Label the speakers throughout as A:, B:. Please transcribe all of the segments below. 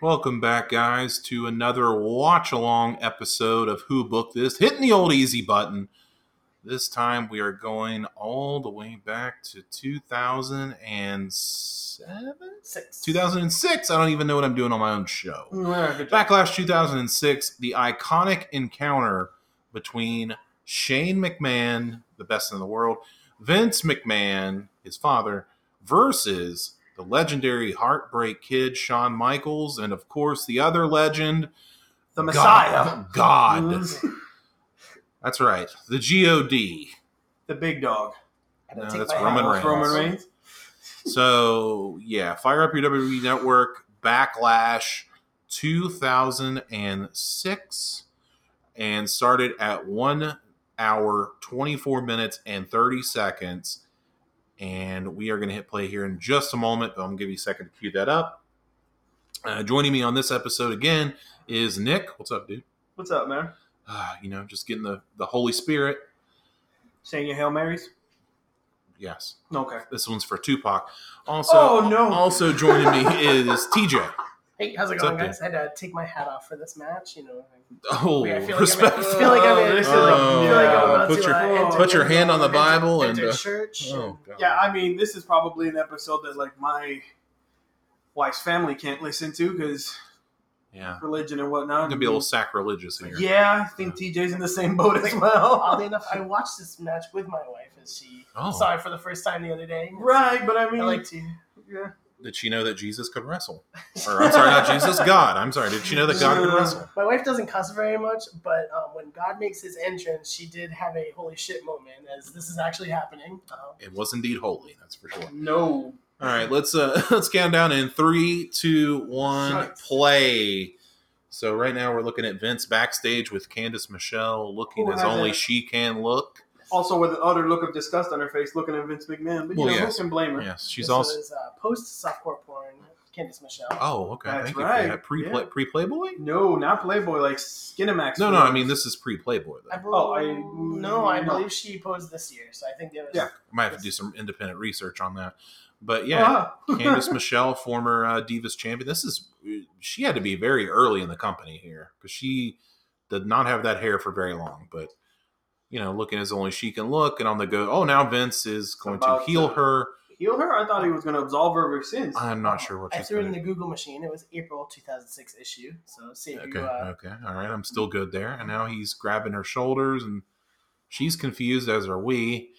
A: Welcome back, guys, to another watch along episode of Who Booked This? Hitting the old easy button. This time we are going all the way back to 2007?
B: Six.
A: 2006. I don't even know what I'm doing on my own show.
B: Mm, good job.
A: Backlash 2006, the iconic encounter between Shane McMahon, the best in the world, Vince McMahon, his father, versus the legendary Heartbreak Kid, Shawn Michaels, and of course the other legend,
B: The
A: God-
B: Messiah.
A: God.
B: Mm,
A: That's right, the God.
B: The big dog.
A: No, that's Roman
B: Oh,
A: Reigns.
B: Roman Reigns.
A: So yeah, fire up your WWE network. Backlash 2006 and started at one hour 24 minutes and 30 seconds. And we are going to hit play here in just a moment, but I'm going to give you a second to cue that up. Uh, joining me on this episode again is Nick. What's up, dude?
B: What's up, man?
A: Uh, you know, just getting the, the Holy Spirit.
B: Saying your Hail Marys?
A: Yes,
B: Okay.
A: this one's for Tupac. Also,
B: Oh, no.
A: also joining me is TJ.
C: Hey, how's it
A: What's
C: going,
A: up, dude?
C: guys? I had to take my hat off for this match. You know,
A: Oh,
C: I feel like I'm-
A: respect.
C: I feel like I'm in. I feel like, I feel like I'm
A: Oh,
C: about
A: put
C: to,
A: your-
C: uh, enter-
A: put your hand on the
C: enter-
A: Bible and,
C: enter
A: uh,
C: church.
A: Oh, God.
B: Yeah, I mean, this is probably an episode that, like, my wife's family can't listen to because
A: yeah.
B: religion and
A: I'm
B: whatnot.
A: gonna be a little sacrilegious here.
B: Yeah, I think TJ's in the same boat as well.
C: Oddly enough, I watched this match with my wife as she
A: Oh.
C: saw it for the first time the other day.
B: right, but I
C: I
B: mean,
C: like to.
B: yeah.
A: Did she know that Jesus could wrestle? Or I'm sorry, not Jesus, God. I'm sorry. Did she know that God could wrestle?
C: My wife doesn't cuss very much, but um, when God makes his entrance, she did have a holy shit moment as this is actually happening. Um,
A: It was indeed holy. That's for sure.
B: No.
A: All right, let's uh let's count down in three, two, one,
B: Nice.
A: play. So right now we're looking at Vince backstage with Candice Michelle, looking
B: Who
A: as
B: has
A: only
B: a-
A: she can look.
B: Also, with an utter look of disgust on her face, looking at Vince McMahon. But you
A: Well,
B: know,
A: yes.
B: who can blame her?
A: Yes, she's
C: this
A: also.
C: was uh, post softcore porn, Candice Michelle.
A: Oh, okay.
B: That's
A: Thank you for
B: right,
A: that. Pre
B: yeah.
A: pre Playboy.
B: No, not Playboy, like Skinamax.
A: No, no. I mean this is pre Playboy though.
C: I believe,
B: Oh, I-
C: no, I
B: no.
C: believe she posed this year, so I think it was
B: Yeah.
A: I might have to do some independent research on that. But yeah,
B: Ah, Uh-huh.
A: Candice Michelle, former uh, Divas champion. This is she had to be very early in the company here because she did not have that hair for very long. But you know, looking as only she can look, and on the go. Oh, now Vince is going to
B: About
A: heal
B: to-
A: her.
B: heal her? I thought he was going to absolve her of her sins.
A: I'm not sure what
C: I
A: she's
C: threw it in
A: going
C: the
A: to.
C: Google machine. It was April 2006 issue. So see if
A: Okay,
C: you. Uh,
A: okay, all right. I'm still good there. And now he's grabbing her shoulders, and she's confused as are we.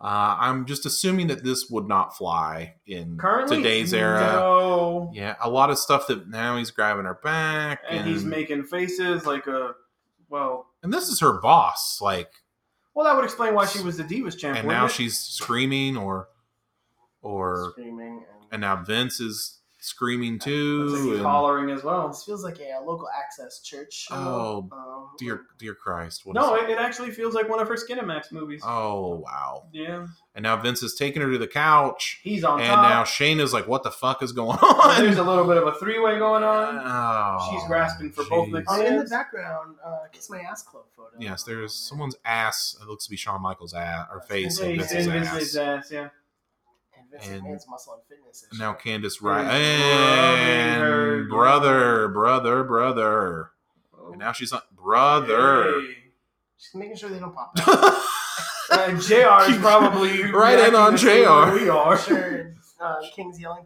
A: Uh, I'm just assuming that this would not fly in
B: Currently,
A: today's era.
B: no.
A: Yeah, a lot of stuff that now he's grabbing her back, and,
B: And he's making faces like a well.
A: and this is her boss, like,
B: Well, that would explain why she was the Divas champ.
A: and
B: wouldn't
A: now
B: it?
A: she's screaming, or, or,
C: screaming and,
A: and now Vince is screaming
B: Looks like
A: too.
B: he's
A: and-
B: hollering as well.
C: this feels like a, uh, local access church.
A: oh
B: Um,
A: dear, dear Christ! What
B: No,
A: is-
B: it, it actually feels like one of her Skinamax movies.
A: oh wow!
B: yeah,
A: And now Vince is taking her to the couch,
B: he's on
A: and now
B: top.
A: Shane is like, "What the fuck is going
B: there's
A: on?"
B: a little bit of a three-way going on.
A: Oh,
B: She's grasping for both legs.
C: Oh, in the
B: Yes.
C: background, uh, kiss my ass club photo. Um,
A: Yes, there's someone's ass. It looks to be Shawn Michaels' ass or face.
C: Yeah,
A: and
B: He's
A: Vince's
C: his
B: in
A: ass.
B: Vince's ass. Yeah,
C: And Vince
A: and-
C: McMahon's muscle and fitness.
A: And
C: Issue.
A: now Candace
B: Rubbing
A: Ryan.
B: her-
A: And brother, brother, brother. And now she's on brother.
B: Hey.
C: she's making sure they don't pop out.
A: oh,
B: Uh, Jr. is probably
A: Right in
B: reacting
A: on
B: the same
A: JR.
B: way We are
C: sure, uh, King's yelling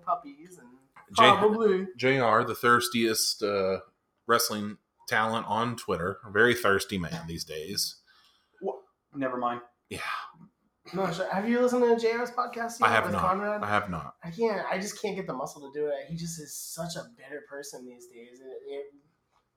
C: puppies and
B: probably.
A: JR, the thirstiest uh, wrestling talent on Twitter. A very thirsty man these days.
B: Never mind.
A: Yeah,
C: no. Sure. Have you listened to JR's podcast?
A: I
C: yet
A: have
C: with
A: not.
C: Conrad?
A: I have not.
C: I can't. I just can't get the muscle to do it. He just is such a bitter person these days. It, it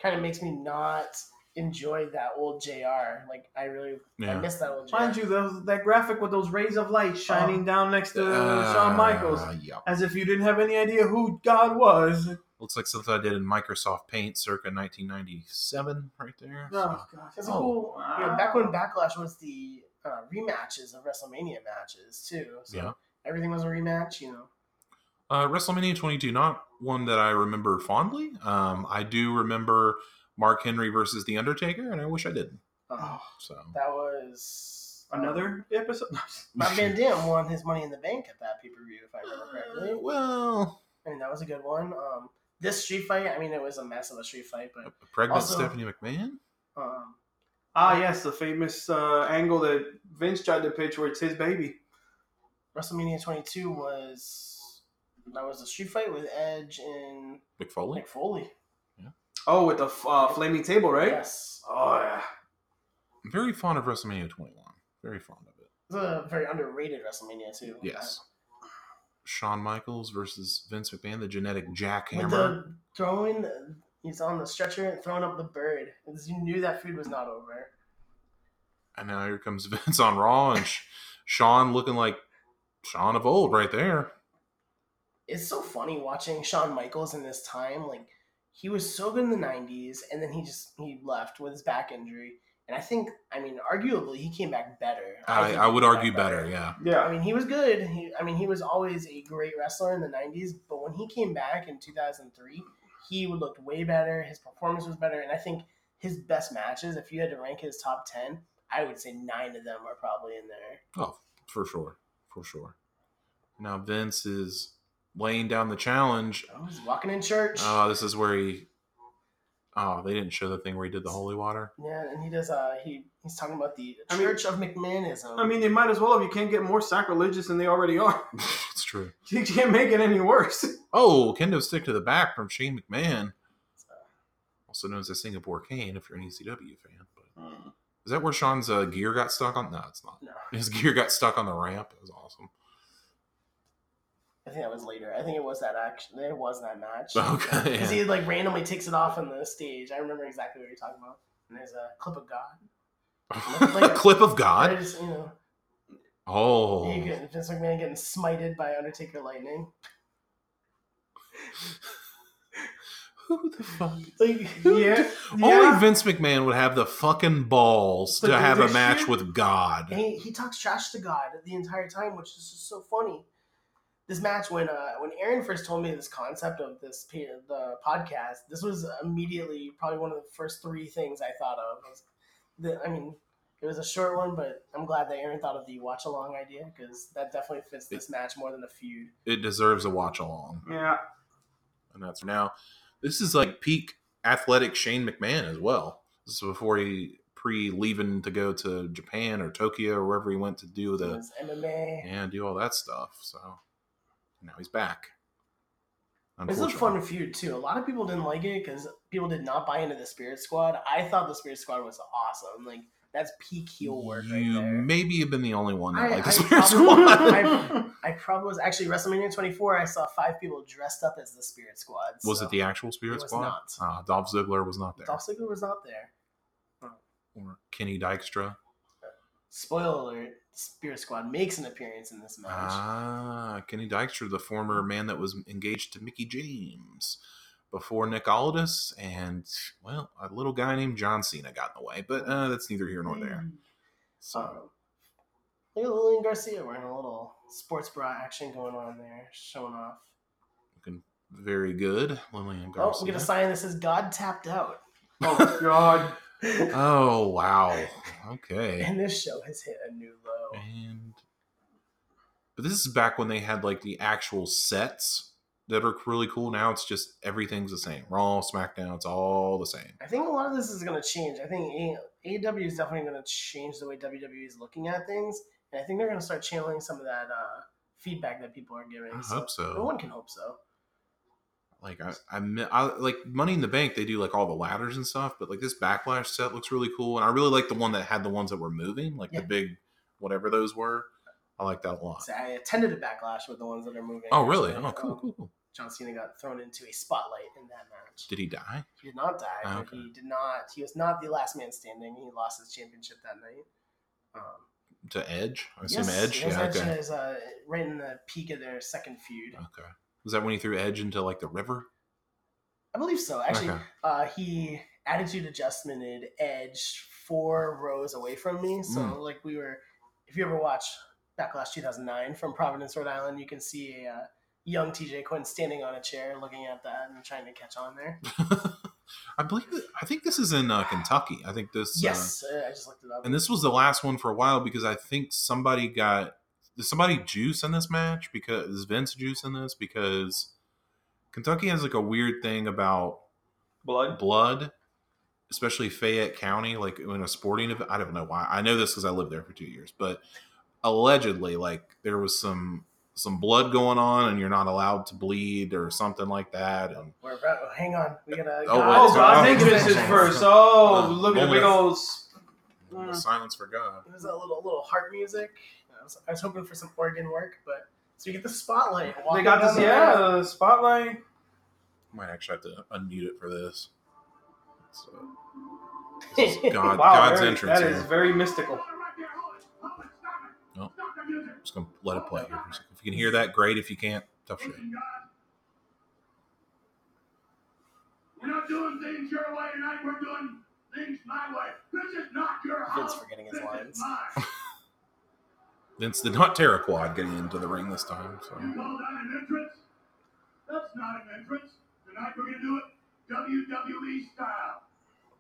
C: kind of makes me not enjoy that old Jr. Like I really, I
A: Yeah.
C: miss that old Jr.
B: Mind you, those, that graphic with those rays of light shining down next to
A: Uh,
B: Shawn Michaels,
A: yeah.
B: as if you didn't have any idea who God was.
A: Looks like something I did in Microsoft Paint circa 1997, right there.
B: Oh,
C: it's
B: God.
C: a
A: Oh,
C: cool. you know,
B: wow.
C: back when Backlash was the uh, rematches of WrestleMania matches too. So
A: Yeah.
C: everything was a rematch. You know,
A: Uh, WrestleMania 22, not one that I remember fondly. Um, I do remember Mark Henry versus The Undertaker, and I wish I didn't.
B: Oh,
A: So
C: that was uh,
B: another episode.
C: Bob Van Dam won his Money in the Bank at that pay per view, if I remember correctly.
A: Uh, well,
C: I mean, that was a good one. Um, this street fight, I mean, it was a mess of a street fight, but
A: Pregnant
C: Also-
A: Stephanie McMahon?
C: um,
B: Ah, yes, the famous uh, angle that Vince tried to pitch where it's his baby.
C: WrestleMania 22 was that was a street fight with Edge and
A: McFoley?
C: Mick Foley.
B: Oh, with the f- uh, flaming table, right?
C: Yes,
B: Oh, yeah.
A: I'm very fond of WrestleMania 21. Very fond of it.
C: it's a very underrated WrestleMania too.
A: Yes. Shawn Michaels versus Vince McMahon, the genetic
C: Uh, with
A: jackhammer.
C: the throwing, the- he's on the stretcher and throwing up the bird. Because You knew that food was not over.
A: And now here comes Vince on Raw and Sh- Shawn looking like Shawn of old right there.
C: It's so funny watching Shawn Michaels in this time. Like he was so good in the '90s, and then he just he left with his back injury. And I think, I mean, arguably, he came back better.
A: I,
C: think
A: I
C: he
A: would
C: came
A: argue
C: back
A: better, yeah.
B: Yeah.
C: I mean, he was good. He, I mean, he was always a great wrestler in the '90s. But when he came back in 2003, he looked way better. His performance was better, and I think his best matches. If you had to rank his top ten, I would say nine of them are probably in there.
A: Oh, for sure. For sure. Now Vince is laying down the challenge.
C: Oh, he's walking in church.
A: Oh, this is where he. Oh, they didn't show the thing where he did the holy water.
C: yeah, and he does. Uh, he he's talking about the
B: I mean-
C: Church of McMahonism.
B: I mean, they might as well if you can't get more sacrilegious than they already are.
A: it's true.
B: You can't make it any worse.
A: Oh, kendo stick to the back from Shane McMahon, also known as the Singapore Cane, if you're an ECW fan. But
C: Hmm.
A: is that where Sean's uh, gear got stuck on? No, it's not.
C: No.
A: His gear got stuck on the ramp. It was awesome.
C: I think that was later. I think it was that action. It was that match.
A: Okay.
C: Because he like randomly takes it off on the stage. I remember exactly what you're talking about. And there's a clip of God.
A: A clip of
C: I
A: God.
C: just, you know,
A: Oh,
C: you get Vince McMahon getting smited by Undertaker lightning.
A: who the fuck?
C: Like,
B: Yeah. Oh,
A: Only
B: yeah.
A: Vince McMahon would have the fucking balls
B: To
A: to
B: do
A: have a
B: this
A: match
B: shit?
A: with God.
C: And he, he talks trash to God the entire time, which is just so funny. This match, when uh, when Aaron first told me this concept of this p- the podcast, this was immediately probably one of the first three things I thought of. Was the, I mean, it was a short one, but I'm glad that Aaron thought of the watch along idea because that definitely fits this match more than a feud.
A: It deserves a watch along.
B: Yeah.
A: and that's now. This is like peak athletic Shane McMahon as well. This is before he pre leaving to go to Japan or Tokyo or wherever he went to do
C: It
A: the
C: was MMA.
A: and do all that stuff. So now he's back.
C: It's a
A: Unfortunately,
C: fun feud too. A lot of people didn't like it because people did not buy into the Spirit Squad. I thought the Spirit Squad was awesome. Like that's peak heel work right
A: You
C: there.
A: maybe have been the only one that
C: I-
A: liked the
C: I
A: Spirit
C: probably-
A: Squad.
C: I- I probably was actually WrestleMania 24. I saw five people dressed up as the Spirit Squad.
A: Was
C: so
A: it the actual Spirit
C: It was
A: Squad?
C: not.
A: Uh, Dolph Ziggler was not there,
C: Dolph Ziggler was not there.
A: or Kenny Dykstra.
C: Spoiler alert: Spirit Squad makes an appearance in this match.
A: Ah, Kenny Dykstra, the former
C: Mm-hmm.
A: man that was engaged to Mickey James before Nick Aldis, and well, a little guy named John Cena got in the way, but uh, that's neither here nor
C: Mm-hmm.
A: there. So
C: Um, look at Lillian Garcia wearing a little sports bra action going on there, showing off.
A: looking very good, Lillian
C: Oh, we
A: Garcia.
C: get a sign that says "God tapped out,"
B: Oh, God.
A: oh wow, okay,
C: and this show has hit a new low.
A: and but this is back when they had like the actual sets that are really cool. Now it's just everything's the same. Raw, SmackDown, it's all the same.
C: I think a lot of this is going to change. I think A- AEW is definitely going to change the way WWE is looking at things, and I think they're going to start channeling some of that uh, feedback that people are giving.
A: I
C: so,
A: hope so.
C: No one can hope so.
A: like I, I, mi- I like Money in the Bank. They do like all the ladders and stuff, but like this backlash set looks really cool, and I really like the one that had the ones that were moving, like
C: Yeah.
A: the big whatever those were. I like that a lot.
C: So I attended a backlash with the ones that are moving.
A: Oh, really?
C: actually.
A: Oh, cool, cool, cool.
C: John Cena got thrown into a spotlight in that match.
A: Did he die?
C: He did not die.
A: Oh,
C: but
A: okay.
C: He did not. He was not the last man standing. He lost his championship that night. Um,
A: To Edge? I assume
C: yes,
A: Edge.
C: yes,
A: Yeah.
C: Edge
A: okay.
C: is uh, right in the peak of their second feud.
A: Okay. Was that when he threw Edge into like the river?
C: I believe so. Actually,
A: Okay.
C: uh, he attitude adjustmented Edge four rows away from me. So
A: Mm.
C: like we were, if you ever watch Backlash 2009 from Providence, Rhode Island, you can see a uh, young TJ Quinn standing on a chair looking at that and trying to catch on there.
A: I believe. That, I think this is in uh, Kentucky. I think this. uh,
C: yes, uh, I just looked it up.
A: and this was the last one for a while because I think somebody got did somebody juice in this match because is Vince juice in this because Kentucky has like a weird thing about
B: Blood.
A: blood, especially Fayette County, like in a sporting event. I don't know why. I know this because I lived there for two years, but allegedly, like there was some some blood going on, and you're not allowed to bleed or something like that. And
C: We're about, oh, hang on. We gotta.
A: Oh,
B: Oh,
A: It's-
B: God,
A: oh.
B: think this is first. Oh,
A: Uh,
B: look at the
A: moment
B: big
A: of-
B: old. s- Mm.
A: silence for God.
C: There's a little little harp music. I was, I was hoping for some organ work, but so you get the spotlight.
B: They
C: walking
B: got
C: down
B: this,
C: the
B: yeah,
C: road.
B: the spotlight.
A: Might actually have to unmute it for this. So, this is God,
B: Wow,
A: God's
B: very-
A: entrance
B: That
A: here.
B: is very mystical.
A: Just gonna let it play here. for a second. If you can hear that, great. If you can't, tough shit.
D: We're not doing things your way tonight. We're doing things my way. This is not your
C: Vince
D: house.
C: forgetting his
D: This
C: lines.
D: is mine.
A: Vince did not Terraquad getting into the ring this time. So
D: You call that an entrance? That's not an entrance. Tonight we're gonna do it WWE style.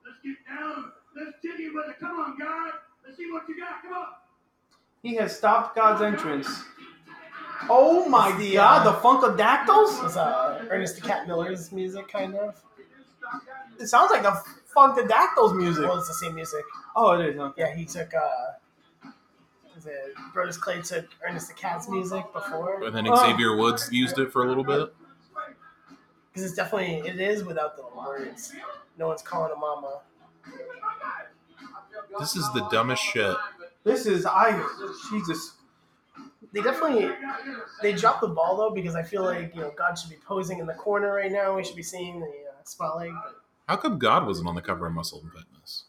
D: Let's get down. Let's jiggy with it. Come on, guys. Let's see what you got. Come on.
B: He has stopped God's entrance. Oh my
C: It's the,
B: God,
C: uh,
B: the Funkadactyls!
C: It's uh, Ernest the Cat Miller's music, kind of.
B: It sounds like the Funkadactyls music.
C: Well, it's the same music.
B: Oh, it is. Okay.
C: Yeah, he took. uh is it Brodus Clay took Ernest the Cat's music before?
A: and then
B: Oh.
A: Xavier Woods used it for a little bit.
C: Because it's definitely it is without the words. No one's calling a mama.
A: This is the dumbest shit.
B: This is I. Jesus.
C: They definitely they dropped the ball though because I feel like you know God should be posing in the corner right now. We should be seeing the uh, spotlight.
A: How come God wasn't on the cover of Muscle and Fitness?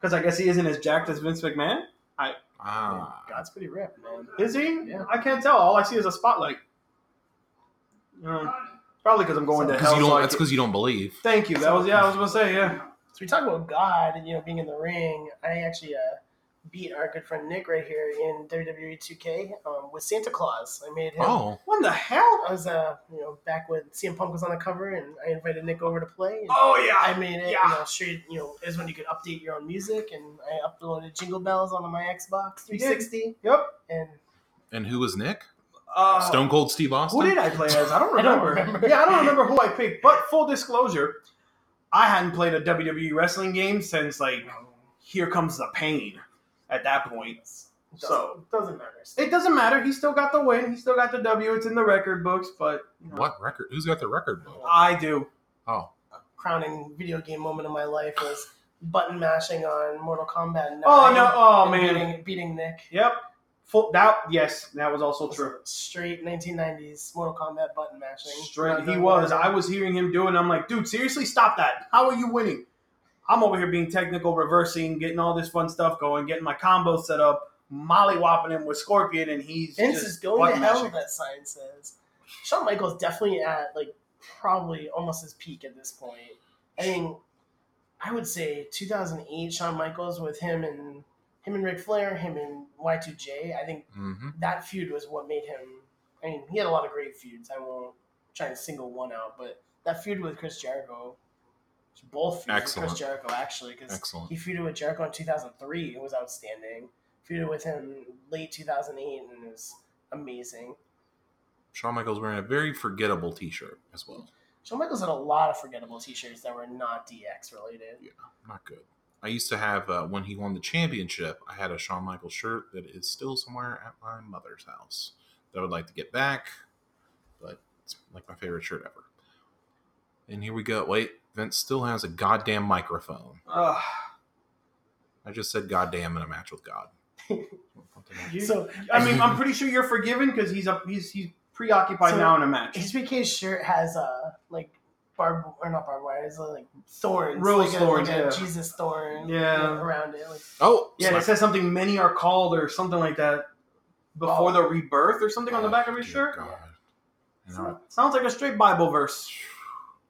B: Because I guess he isn't as jacked as Vince McMahon.
A: Ah,
C: God's pretty ripped, man.
B: Is he?
C: Yeah.
B: I can't tell. All I see is a spotlight. Uh, probably because I'm going to
A: because
B: hell.
A: you don't.
B: so I
A: That's
B: can't-
A: because you don't believe.
B: Thank you. That was yeah. I was gonna say yeah.
C: So we talk about God and you know being in the ring. I actually uh, beat our good friend Nick right here in WWE 2K um, with Santa Claus. I made him.
A: Oh,
B: What the hell?
C: I was uh, you know back when CM Punk was on the cover, and I invited Nick over to play. and
B: Oh yeah.
C: I made it you
B: Yeah.
C: know, straight. You know, is when you could update your own music, and I uploaded Jingle Bells onto my Xbox
B: You did.
C: 360.
B: Yep.
C: And
A: and who was Nick?
B: Uh,
A: Stone Cold Steve Austin.
B: Who did I play as? I don't
C: I don't
B: remember.
C: remember.
B: Yeah, I don't remember who I picked. But full disclosure, I hadn't played a WWE wrestling game since like Here Comes the Pain. At that point,
C: doesn't,
B: So-
C: doesn't matter.
B: it doesn't matter. He still got the win. He still got the W. It's in the record books. But you know,
A: What record? Who's got the record book?
B: I do.
A: Oh,
C: crowning video game moment of my life was button mashing on Mortal Kombat. 9
B: Oh no! Oh
C: and
B: man.
C: beating, beating Nick.
B: Yep. Full that. Yes, that was also true.
C: Straight 1990s Mortal Kombat button mashing.
B: Straight. He was. I was hearing him do it. and I'm like, dude, seriously, stop that. How are you winning? I'm over here being technical, reversing, getting all this fun stuff going, getting my combo set up, molly whopping him with Scorpion, and he's
C: Vince
B: just
C: is going to
B: button
C: hell.
B: mashing.
C: That sign says. Shawn Michaels definitely at like probably almost his peak at this point. I mean, I would say 2008 Shawn Michaels with him and him and Ric Flair, him and Y2J. I think
A: hmm
C: that feud was what made him. I mean, he had a lot of great feuds. I won't try and single one out, but that feud with Chris Jericho, both feuds
A: Excellent.
C: with Chris Jericho actually, because
A: excellent.
C: he feuded with Jericho in 2003. It was outstanding. Feuded with him late 2008, and it was amazing.
A: Shawn Michaels wearing a very forgettable T-shirt as well.
C: Shawn Michaels had a lot of forgettable T-shirts that were not DX related.
A: Not good. I used to have uh, when he won the championship. I had a Shawn Michaels shirt that is still somewhere at my mother's house that I would like to get back, but it's like my favorite shirt ever. And here we go. Wait, Vince still has a goddamn microphone.
B: Ugh.
A: I just said goddamn in a match with God.
B: You-
C: So
B: I mean, I'm pretty sure you're forgiven because he's up. He's he's preoccupied
C: So-
B: now in a match.
C: HBK's shirt has uh like barb or not barbed wire, it's uh, like thorns,
B: Rose
C: like
B: thorns,
C: a, like
B: yeah.
C: a Jesus thorn,
B: Yeah.
C: around it. Like,
A: oh,
B: Yeah, it
A: smack-
B: says something. Many are called, or something like that, before
C: Oh.
B: the rebirth, or something on the back of
A: Oh,
B: his
A: Dear
B: shirt.
A: God. And I-
B: Sounds like a straight Bible verse,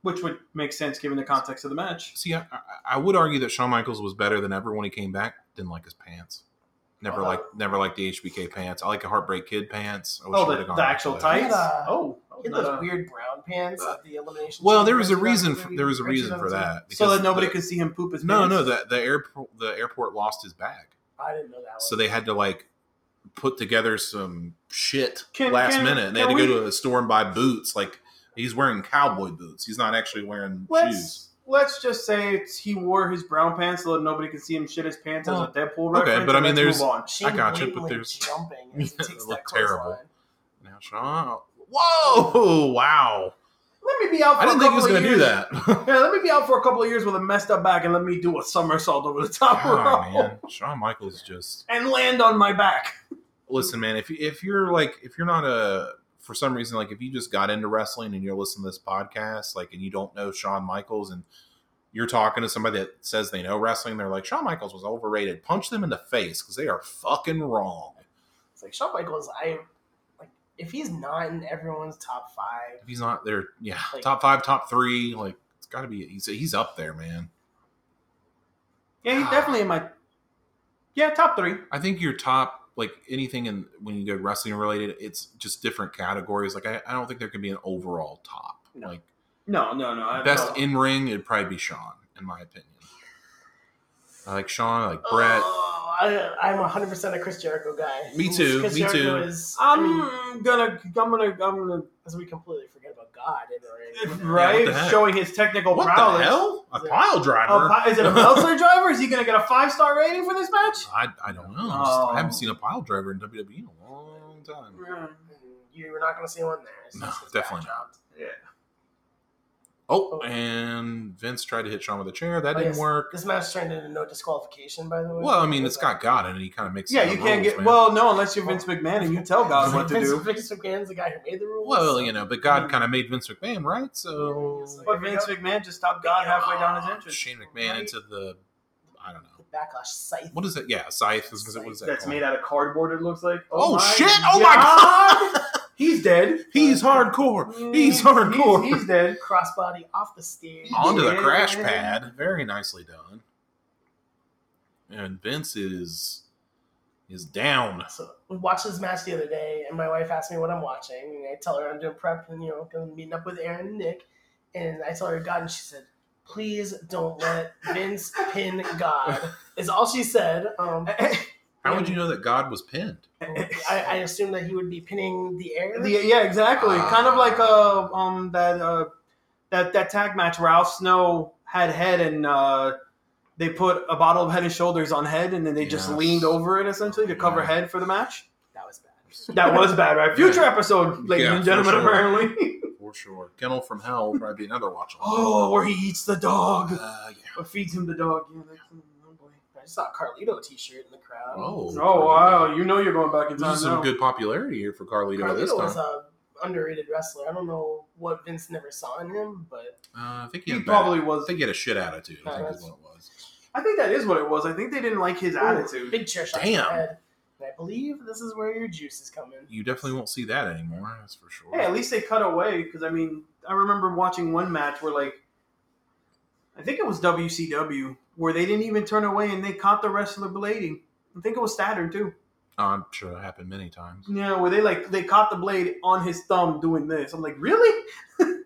B: which would make sense given the context of the match.
A: See, I, I- I would argue that Shawn Michaels was better than ever when he came back. Didn't like his pants. Never
C: Uh,
B: Uh-huh.
A: liked never liked the HBK pants. I like the Heartbreak Kid pants. I wish
B: Oh,
A: he would've
B: the,
A: gone
B: the
A: back
B: actual
A: to
C: tight-
A: that.
B: tights.
C: Yeah.
B: Oh,
C: he had
B: not
C: those
B: a-
C: weird brown pants at the elimination.
A: Well,
C: chamber
A: there was a
C: in
A: reason. For,
C: 2003,
A: there was a
C: or
A: reason for
C: 2002.
A: that.
B: so
A: because
B: that nobody
A: the-
B: could see him poop his
A: No,
B: pants.
A: no. The the airport the airport lost his bag,
C: I didn't know that. One.
A: so they had to like put together some shit
B: Can-
A: last
B: can-
A: minute, and they had
B: can
A: to go
B: we-
A: to the store and buy boots. Like he's wearing cowboy boots. He's not actually wearing
B: Let's
A: shoes.
B: let's just say it's, he wore his brown pants so that nobody could see him shit his pants
A: Well,
B: as a Deadpool
A: okay,
B: reference.
A: but I mean,
B: and let's
A: there's-
B: move on.
C: Shane
A: got you, but
C: blatantly
A: there's-
C: jumping. As he
A: It
C: takes that
A: looked terrible.
C: clothesline.
A: Now, Sean. Whoa! Wow!
B: Let me be out. For
A: I didn't
B: a
A: think he was
B: couple
A: going
B: of
A: to do
B: years.
A: that.
B: Yeah, let me be out for a couple of years with a messed up back, and let me do a somersault over the top
A: God,
B: rope
A: man, Shawn Michaels just
B: and land on my back.
A: listen, man. If if you're like if you're not a for some reason like if you just got into wrestling and you're listening to this podcast like and you don't know Shawn Michaels and you're talking to somebody that says they know wrestling, they're like Shawn Michaels was overrated. Punch them in the face because they are fucking wrong.
C: It's like Shawn Michaels. I like if he's not in everyone's top five.
A: If he's not there, yeah,
C: Like-
A: top five, top three, like it's got to be. He's he's up there, man.
B: Yeah,
A: Ah.
B: he's definitely in my yeah top three.
A: I think your top like anything in when you go wrestling related, it's just different categories. Like I, I don't think there can be an overall top.
B: No.
A: Like
B: No, no, no. I
A: best
B: no.
A: in ring, it'd probably be Sean, in my opinion. I like Sean, I like Brett.
B: Uh,
C: Oh, I, I'm 100 percent a Chris Jericho guy.
A: Me too,
C: Chris
A: me
C: Jericho
A: too.
C: Is, I
B: Um,
C: mean,
B: I'm gonna, I'm gonna, I'm gonna.
C: as we completely forget about God. In the ring.
B: Right,
A: the heck?
B: showing his technical
A: what
B: prowess.
A: the hell? A pile
B: A
A: driver?
B: pi- is it a Meltzer driver? Is he going to get a five star rating for this match?
A: I, I don't know. I'm just- I
B: Oh.
A: haven't seen a pile driver in WWE in a long time.
C: You're not gonna see one there.
A: No,
C: It's just
A: definitely
C: bad job.
A: Oh, and Vince tried to hit Sean with a chair. That
C: Oh,
A: didn't
C: yes.
A: work.
C: This match turned into no disqualification, by the way.
A: Well, I mean, it's got God in it. He kind of makes
B: Yeah,
A: the
B: you can't
A: rules,
B: get.
A: man.
B: Well, no, unless you're Vince McMahon and you tell God what to
C: Vince,
B: do.
C: Vince McMahon's the guy who made the rules.
A: Well, you know, but God kind of made Vince McMahon, right? So
C: Yes,
B: But Vince McMahon just stopped God halfway down his entrance.
A: Shane McMahon into the I don't know
C: The backlash scythe.
A: what is it? Yeah, scythe. Is, what is that?
B: That's
A: called?
B: made out of cardboard. It looks like.
A: Oh,
B: my
A: shit! Oh my god!
B: He's dead.
A: he's hardcore. He's hardcore.
B: He's, he's dead.
C: Crossbody off the stage.
A: Onto the
B: Yeah.
A: crash pad. Very nicely done. And Vince is is down.
C: So we watched this match the other day, and my wife asked me what I'm watching, and I tell her I'm doing prep and you know going meeting up with Aaron and Nick, and I tell her God, and she said, "Please don't let Vince pin God." Is all she said. Um,
A: How would you know that God was pinned?
C: I, I assumed that he would be pinning the air.
B: The- yeah, exactly.
A: Ah.
B: kind of like uh, um that uh, that that tag match where Al Snow had head and uh, they put a bottle of Head and Shoulders on head, and then they just
A: Yes.
B: leaned over it essentially to cover
A: Yeah.
B: head for the match.
C: that was bad.
B: That was bad, right? Future episode, ladies
A: Yeah,
B: and gentlemen.
A: for sure.
B: Apparently,
A: For sure. Kennel from Hell would probably be another watch.
B: oh, where he eats the dog
A: Uh, yeah.
B: or feeds him the dog. Yeah, that's, oh, boy.
C: I just saw a Carlito T-shirt in the crowd.
A: Oh,
B: oh wow, you know you're going back in
A: This
B: time
A: is
B: now.
A: some good popularity here for Carlito,
C: Carlito
A: this
C: was
A: time. Uh,
C: a underrated wrestler. I don't know what Vince never saw in him, but
A: Uh, I think he,
B: he
A: had a bad-
B: probably
A: I
B: was.
A: think he had a shit attitude. I
C: Yeah,
A: think is
C: that's-
A: what it was.
B: I think that is what it was. I think they didn't like his attitude.
C: big chair shot to
A: Damn.
C: the head. And I believe this is where your juice is coming.
A: You definitely won't see that anymore. That's for sure.
B: Hey, at least they cut away because I mean, I remember watching one match where like, I think it was WCW where they didn't even turn away and they caught the wrestler blading. I think it was Saturn too.
A: I'm sure that happened many times.
B: Yeah, where they like they caught the blade on his thumb doing this. I'm like, really?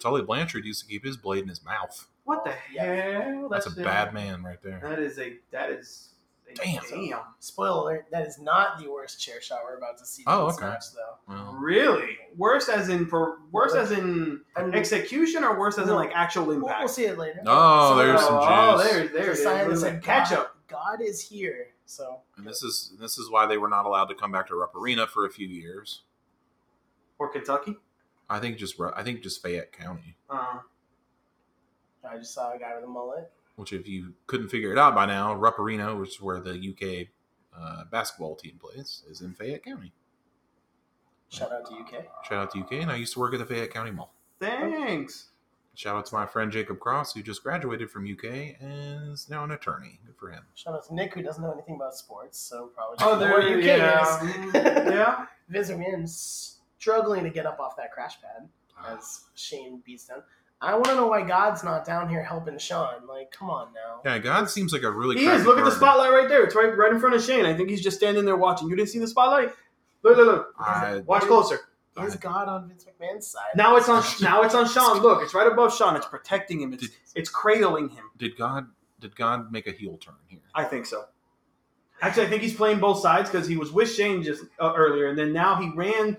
A: Tully Blanchard used to keep his blade in his mouth.
B: What the
C: Yeah.
B: hell?
A: That's, a
B: it.
A: bad man right there.
B: That is a that is a
A: Damn.
C: Spoiler alert, that is not the worst chair shot we're about to see in
A: Oh,
C: this
A: okay.
C: match, though.
A: Well,
B: Really? Worse as in per, worse as in
C: I mean,
B: execution or worse as in like actual
C: we'll, we'll
B: impact?
C: see it later.
A: oh, there's
B: oh,
A: some juice.
B: Oh, there, there
C: There's
B: it is.
C: a sign
B: It
C: that
B: was
C: said,
B: like ketchup.
C: God is here. So,
A: And this is this is why they were not allowed to come back to Rupp Arena for a few years.
B: Or Kentucky?
A: I think just Ru- I think just Fayette County.
B: Uh,
C: I just saw a guy with a mullet.
A: Which, if you couldn't figure it out by now, Rupp Arena, which is where the UK uh, basketball team plays, is in Fayette County.
C: Shout out to UK.
A: Shout out to UK, and I used to work at the Fayette County Mall.
B: thanks.
A: Shout out to my friend Jacob Cross, who just graduated from UK and is now an attorney. Good for him.
C: Shout out to Nick, who doesn't know anything about sports, so probably
B: Oh,
C: doesn't know
B: there
C: what UK
B: yeah.
C: is.
B: Mm, yeah.
C: Vince McMahon's struggling to get up off that crash pad
A: Ah.
C: as Shane beats them. I want to know why God's not down here helping Sean. Like, come on now.
A: Yeah, God seems like a really.
B: He is.
A: crappy
B: Look at the
A: partner.
B: spotlight right there. It's right right in front of Shane. I think he's just standing there watching. You didn't see the spotlight? Look, look, look.
A: I-
B: Watch closer.
C: Is God on Vince McMahon's side?
B: Now it's on now it's on Sean. Look, it's right above Sean. It's protecting him. It's it's cradling him.
A: did God did God make a heel turn here?
B: I think so. Actually, I think he's playing both sides because he was with Shane just uh, earlier, and then now he ran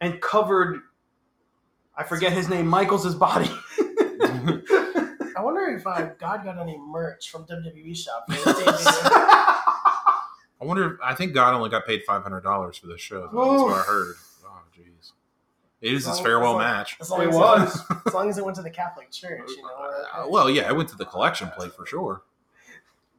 B: and covered. I forget his name. Michaels' body.
C: I wonder if uh, God got any merch from WWE shop. for his debut.
A: I wonder. If, I think God only got paid five hundred dollars for this show. Though. That's what I
C: Oof.
A: heard. Oh, jeez. It is his
C: Well,
A: farewell
C: it's like-
A: match.
C: As long
B: It
C: as
B: was.
C: as long as it went to the Catholic Church, you know.
A: Uh, well, yeah, I went to the collection plate for sure.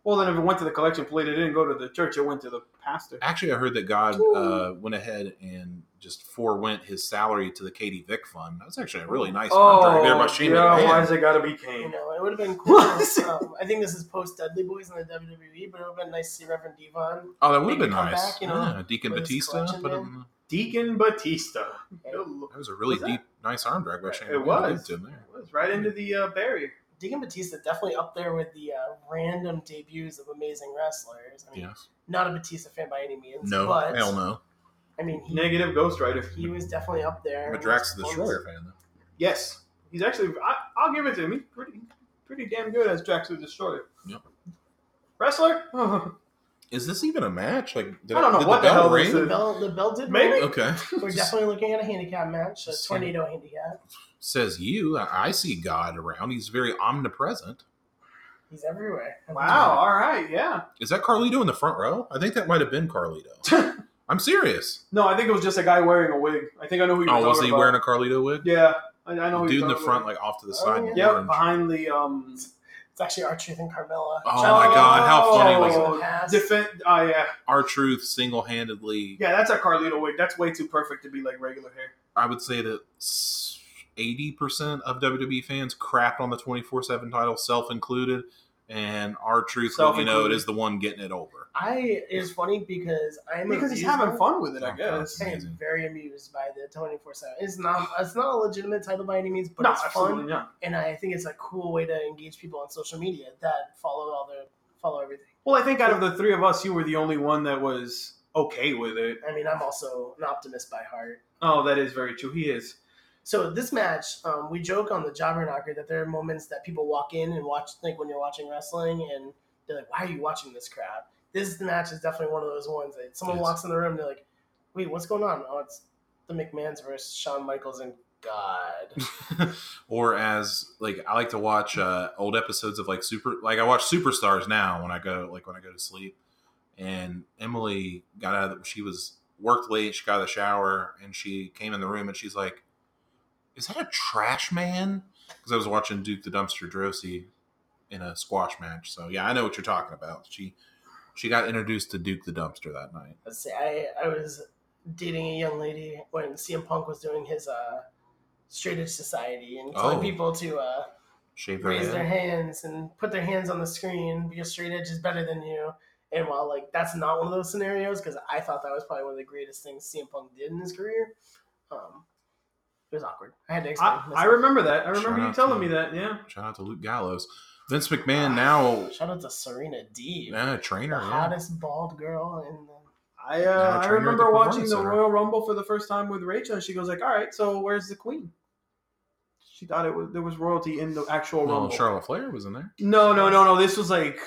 B: well, then if it went to the collection plate, it didn't go to the church. It went to the pastor.
A: Actually, I heard that God
C: Ooh.
A: uh, went ahead and just forewent his salary to the Katie Vick Fund. That's actually a really nice
B: Oh,
A: contract there by Shane McMahon.
B: it gotta be
C: you
B: Kane?
C: know, it would have been cool. um, I think this is post Dudley Boys in the WWE, but it would have been nice to see Reverend Devon.
A: Oh, that would have
C: Make
A: been
C: a comeback,
A: nice.
C: you know,
A: yeah, Deacon
C: with his
A: Batista.
C: collection
A: Put
C: there.
A: him,
B: Deacon Batista. Good
C: And
B: lord.
A: that was a really
B: Was that-
A: deep, nice arm drag by Shane.
B: It
A: McMahon.
B: was.
A: Good to him there.
B: It was right into the uh, barrier.
C: Deacon Batista definitely up there with the uh, random debuts of amazing wrestlers. I mean,
A: Yes.
C: not a Batista fan by any means.
A: No.
C: but
A: Hell no.
C: I mean, he,
B: Negative Ghost Rider.
C: he was definitely up there.
A: I'm a Drax the
C: Well,
A: Destroyer fan though.
B: Yes, he's actually. I, I'll give it to him. He's pretty, pretty damn good as Drax the Destroyer.
A: Yep.
B: Wrestler? Maybe
A: Is this even a match? Like, did,
B: I don't know
A: did
B: what the
A: bell
B: hell this
A: ring?
C: The bell, the bell did.
B: Maybe.
C: roll.
A: Okay.
C: We're
A: Just
C: definitely looking at a handicap match, a
A: Just-
C: tornado handicap.
A: says you. I, I see God around. He's very omnipresent.
C: He's everywhere.
B: Wow. All right. Yeah.
A: Is that Carlito in the front row? I think that might have been Carlito. I'm serious.
B: No, I think it was just a guy wearing a wig. I think I know who you're
A: Oh,
B: talking
A: was he
B: about.
A: wearing a Carlito wig?
B: Yeah, I, I know who
A: the
B: you're
A: dude in the
B: talking
A: front,
B: about.
A: like off to the
C: Oh,
A: side. in
B: Yep,
A: orange.
B: behind the um.
C: It's actually our truth and Carmella.
A: Oh
C: Shout
A: my
C: out
A: God, how
C: to
A: funny
C: Carmella
A: was
C: in
B: it?
C: the past.
B: Defend. Oh yeah,
A: Our truth single handedly.
B: yeah. That's a Carlito wig. That's way too perfect to be like regular hair.
A: I would say that eighty percent of WWE fans crapped on the twenty four seven title, self included, and our truth, you know, it
B: Self-included.
A: is the one getting it over.
C: I it's funny because I'm
B: Because he's
C: amused by-
B: having fun with it, I
A: Okay.
B: guess.
C: I am
A: Amazing.
C: very amused by the twenty four seven. It's not it's not a legitimate title by any means, but
B: no,
C: it's
B: absolutely
C: fun,
B: not.
C: and I think it's a cool way to engage people on social media that follow all their follow everything.
B: Well, I think out of the three of us, you were the only one that was okay with it.
C: I mean, I'm also an optimist by heart.
B: Oh, that is very true. He is.
C: So this match, um, we joke on the Jobber Knocker that there are moments that people walk in and watch, like when you're watching wrestling, and they're like, "Why are you watching this crap?" This match is definitely one of those ones that someone
A: Yes.
C: walks in the room, they're like, "Wait, what's going on?" Oh, it's the McMahon's versus Shawn Michaels and God.
A: or as like I like to watch uh, old episodes of like super like I watch superstars now when I go like when I go to sleep. And Emily got out of the, she was worked late, she got out of the shower and she came in the room and she's like, Is that a trash man? Because I was watching Duke the Dumpster Drosy in a squash match. So yeah, I know what you're talking about. She she got introduced to Duke the Dumpster that night.
C: Let's see, I I was dating a young lady when CM Punk was doing his uh, Straight Edge Society and telling
A: Oh.
C: people to uh,
A: Shaved her
C: raise
A: head.
C: their hands and put their hands on the screen because straight edge is better than you. And while like that's not one of those scenarios, because I thought that was probably one of the greatest things CM Punk did in his career, um, it was awkward. I had to explain.
B: I, I
C: myself.
B: remember that. I
A: Shout
B: remember you
A: out
B: telling
A: to-
B: me that. Yeah.
A: Shout out to Luke Gallows. Vince McMahon now
C: Shout out to Serena D,
A: yeah,
C: the
A: trainer. yeah.
C: hottest bald girl in the.
B: I
A: Now
B: uh, I
A: trainer at
B: remember
A: the
B: watching
A: Performance
B: the
A: Center.
B: Royal Rumble for the first time with Rachel, and she goes like, "All right, so where's the Queen?" She thought it was there was royalty in the actual
A: Well,
B: Rumble.
A: Charlotte Flair was in there.
B: No, no, no, no. This was like,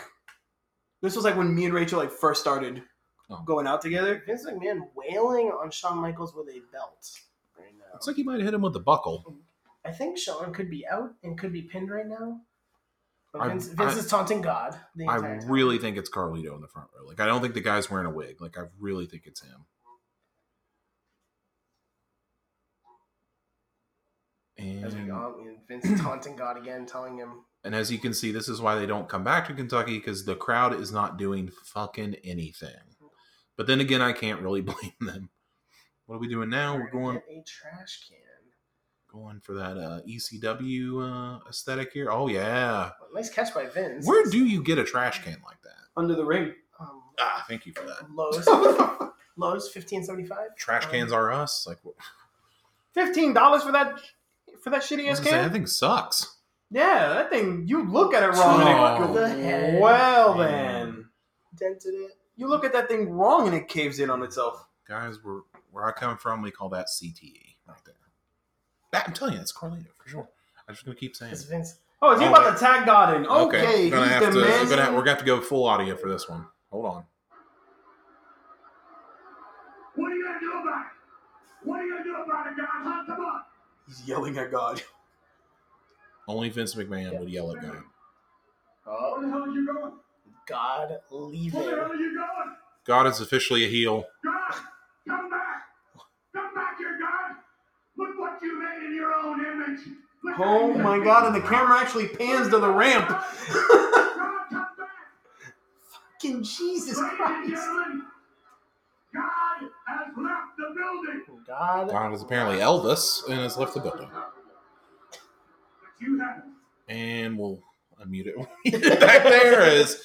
B: this was like when me and Rachel like first started
A: Oh.
B: going out together.
C: Vince McMahon wailing on Shawn Michaels with a belt right now.
A: Looks like he might have hit him with the buckle.
C: I think Shawn could be out and could be pinned right now. But
A: I-
C: Vince, Vince
A: I-
C: is taunting God the
A: I
C: entire time.
A: really think it's Carlito in the front row. Like I don't think the guy's wearing a wig. Like I really think it's him.
C: As we
A: And,
C: go, and Vince taunting God again, telling him
A: and as you can see, this is why they don't come back to Kentucky because the crowd is not doing fucking anything. But then again, I can't really blame them. What are we doing now? We're
C: We're gonna
A: going
C: get a trash can.
A: going for that uh, ECW uh, aesthetic here. Oh yeah,
C: Nice catch by Vince.
A: where do you get a trash can like that?
B: Under the ring.
C: um,
A: Ah, thank you for that.
C: Lowe's? Lowe's fifteen Um, seventy five.
A: Trash cans
B: Um,
A: are us. Like what
B: Fifteen dollars for that for that shitty ass
A: was I gonna say,
B: can.
A: that thing sucks.
B: Yeah, that thing. You look at it wrong.
A: Oh.
B: and it
C: What the heck?
B: Well
A: Man.
B: then,
C: Dented it.
B: you look at that thing wrong and it caves in on itself.
A: guys, where where I come from, we call that CTE right there. That, I'm telling you, that's Carlito for sure. I'm just gonna keep saying.
C: It's
A: it.
C: Vince.
B: Oh, is he
A: Oh,
B: about
A: wait.
B: to tag God in? Okay,
A: gonna
B: he's
A: have to, we're
B: demanding.
A: gonna, we're gonna have to go full audio for this one. Hold on.
B: He's yelling at God.
A: Only Vince McMahon would yell at God.
B: Oh,
D: Where the hell are you going?
C: God leave
D: Where the hell
C: him.
D: are you going?
A: God is officially a heel.
D: God, come back! Come back here, God! Look what you made in your own image! Look how
B: oh
D: you
B: my
D: made
B: God!
D: me.
B: And the camera actually pans to the ramp.
D: God, come back!
B: Fucking Jesus
D: Ladies and
B: Christ!
D: gentlemen, God has left the building!
C: God.
A: God is apparently Elvis and has left the building.
D: But you haven't.
A: And we'll unmute it when we get back there. Is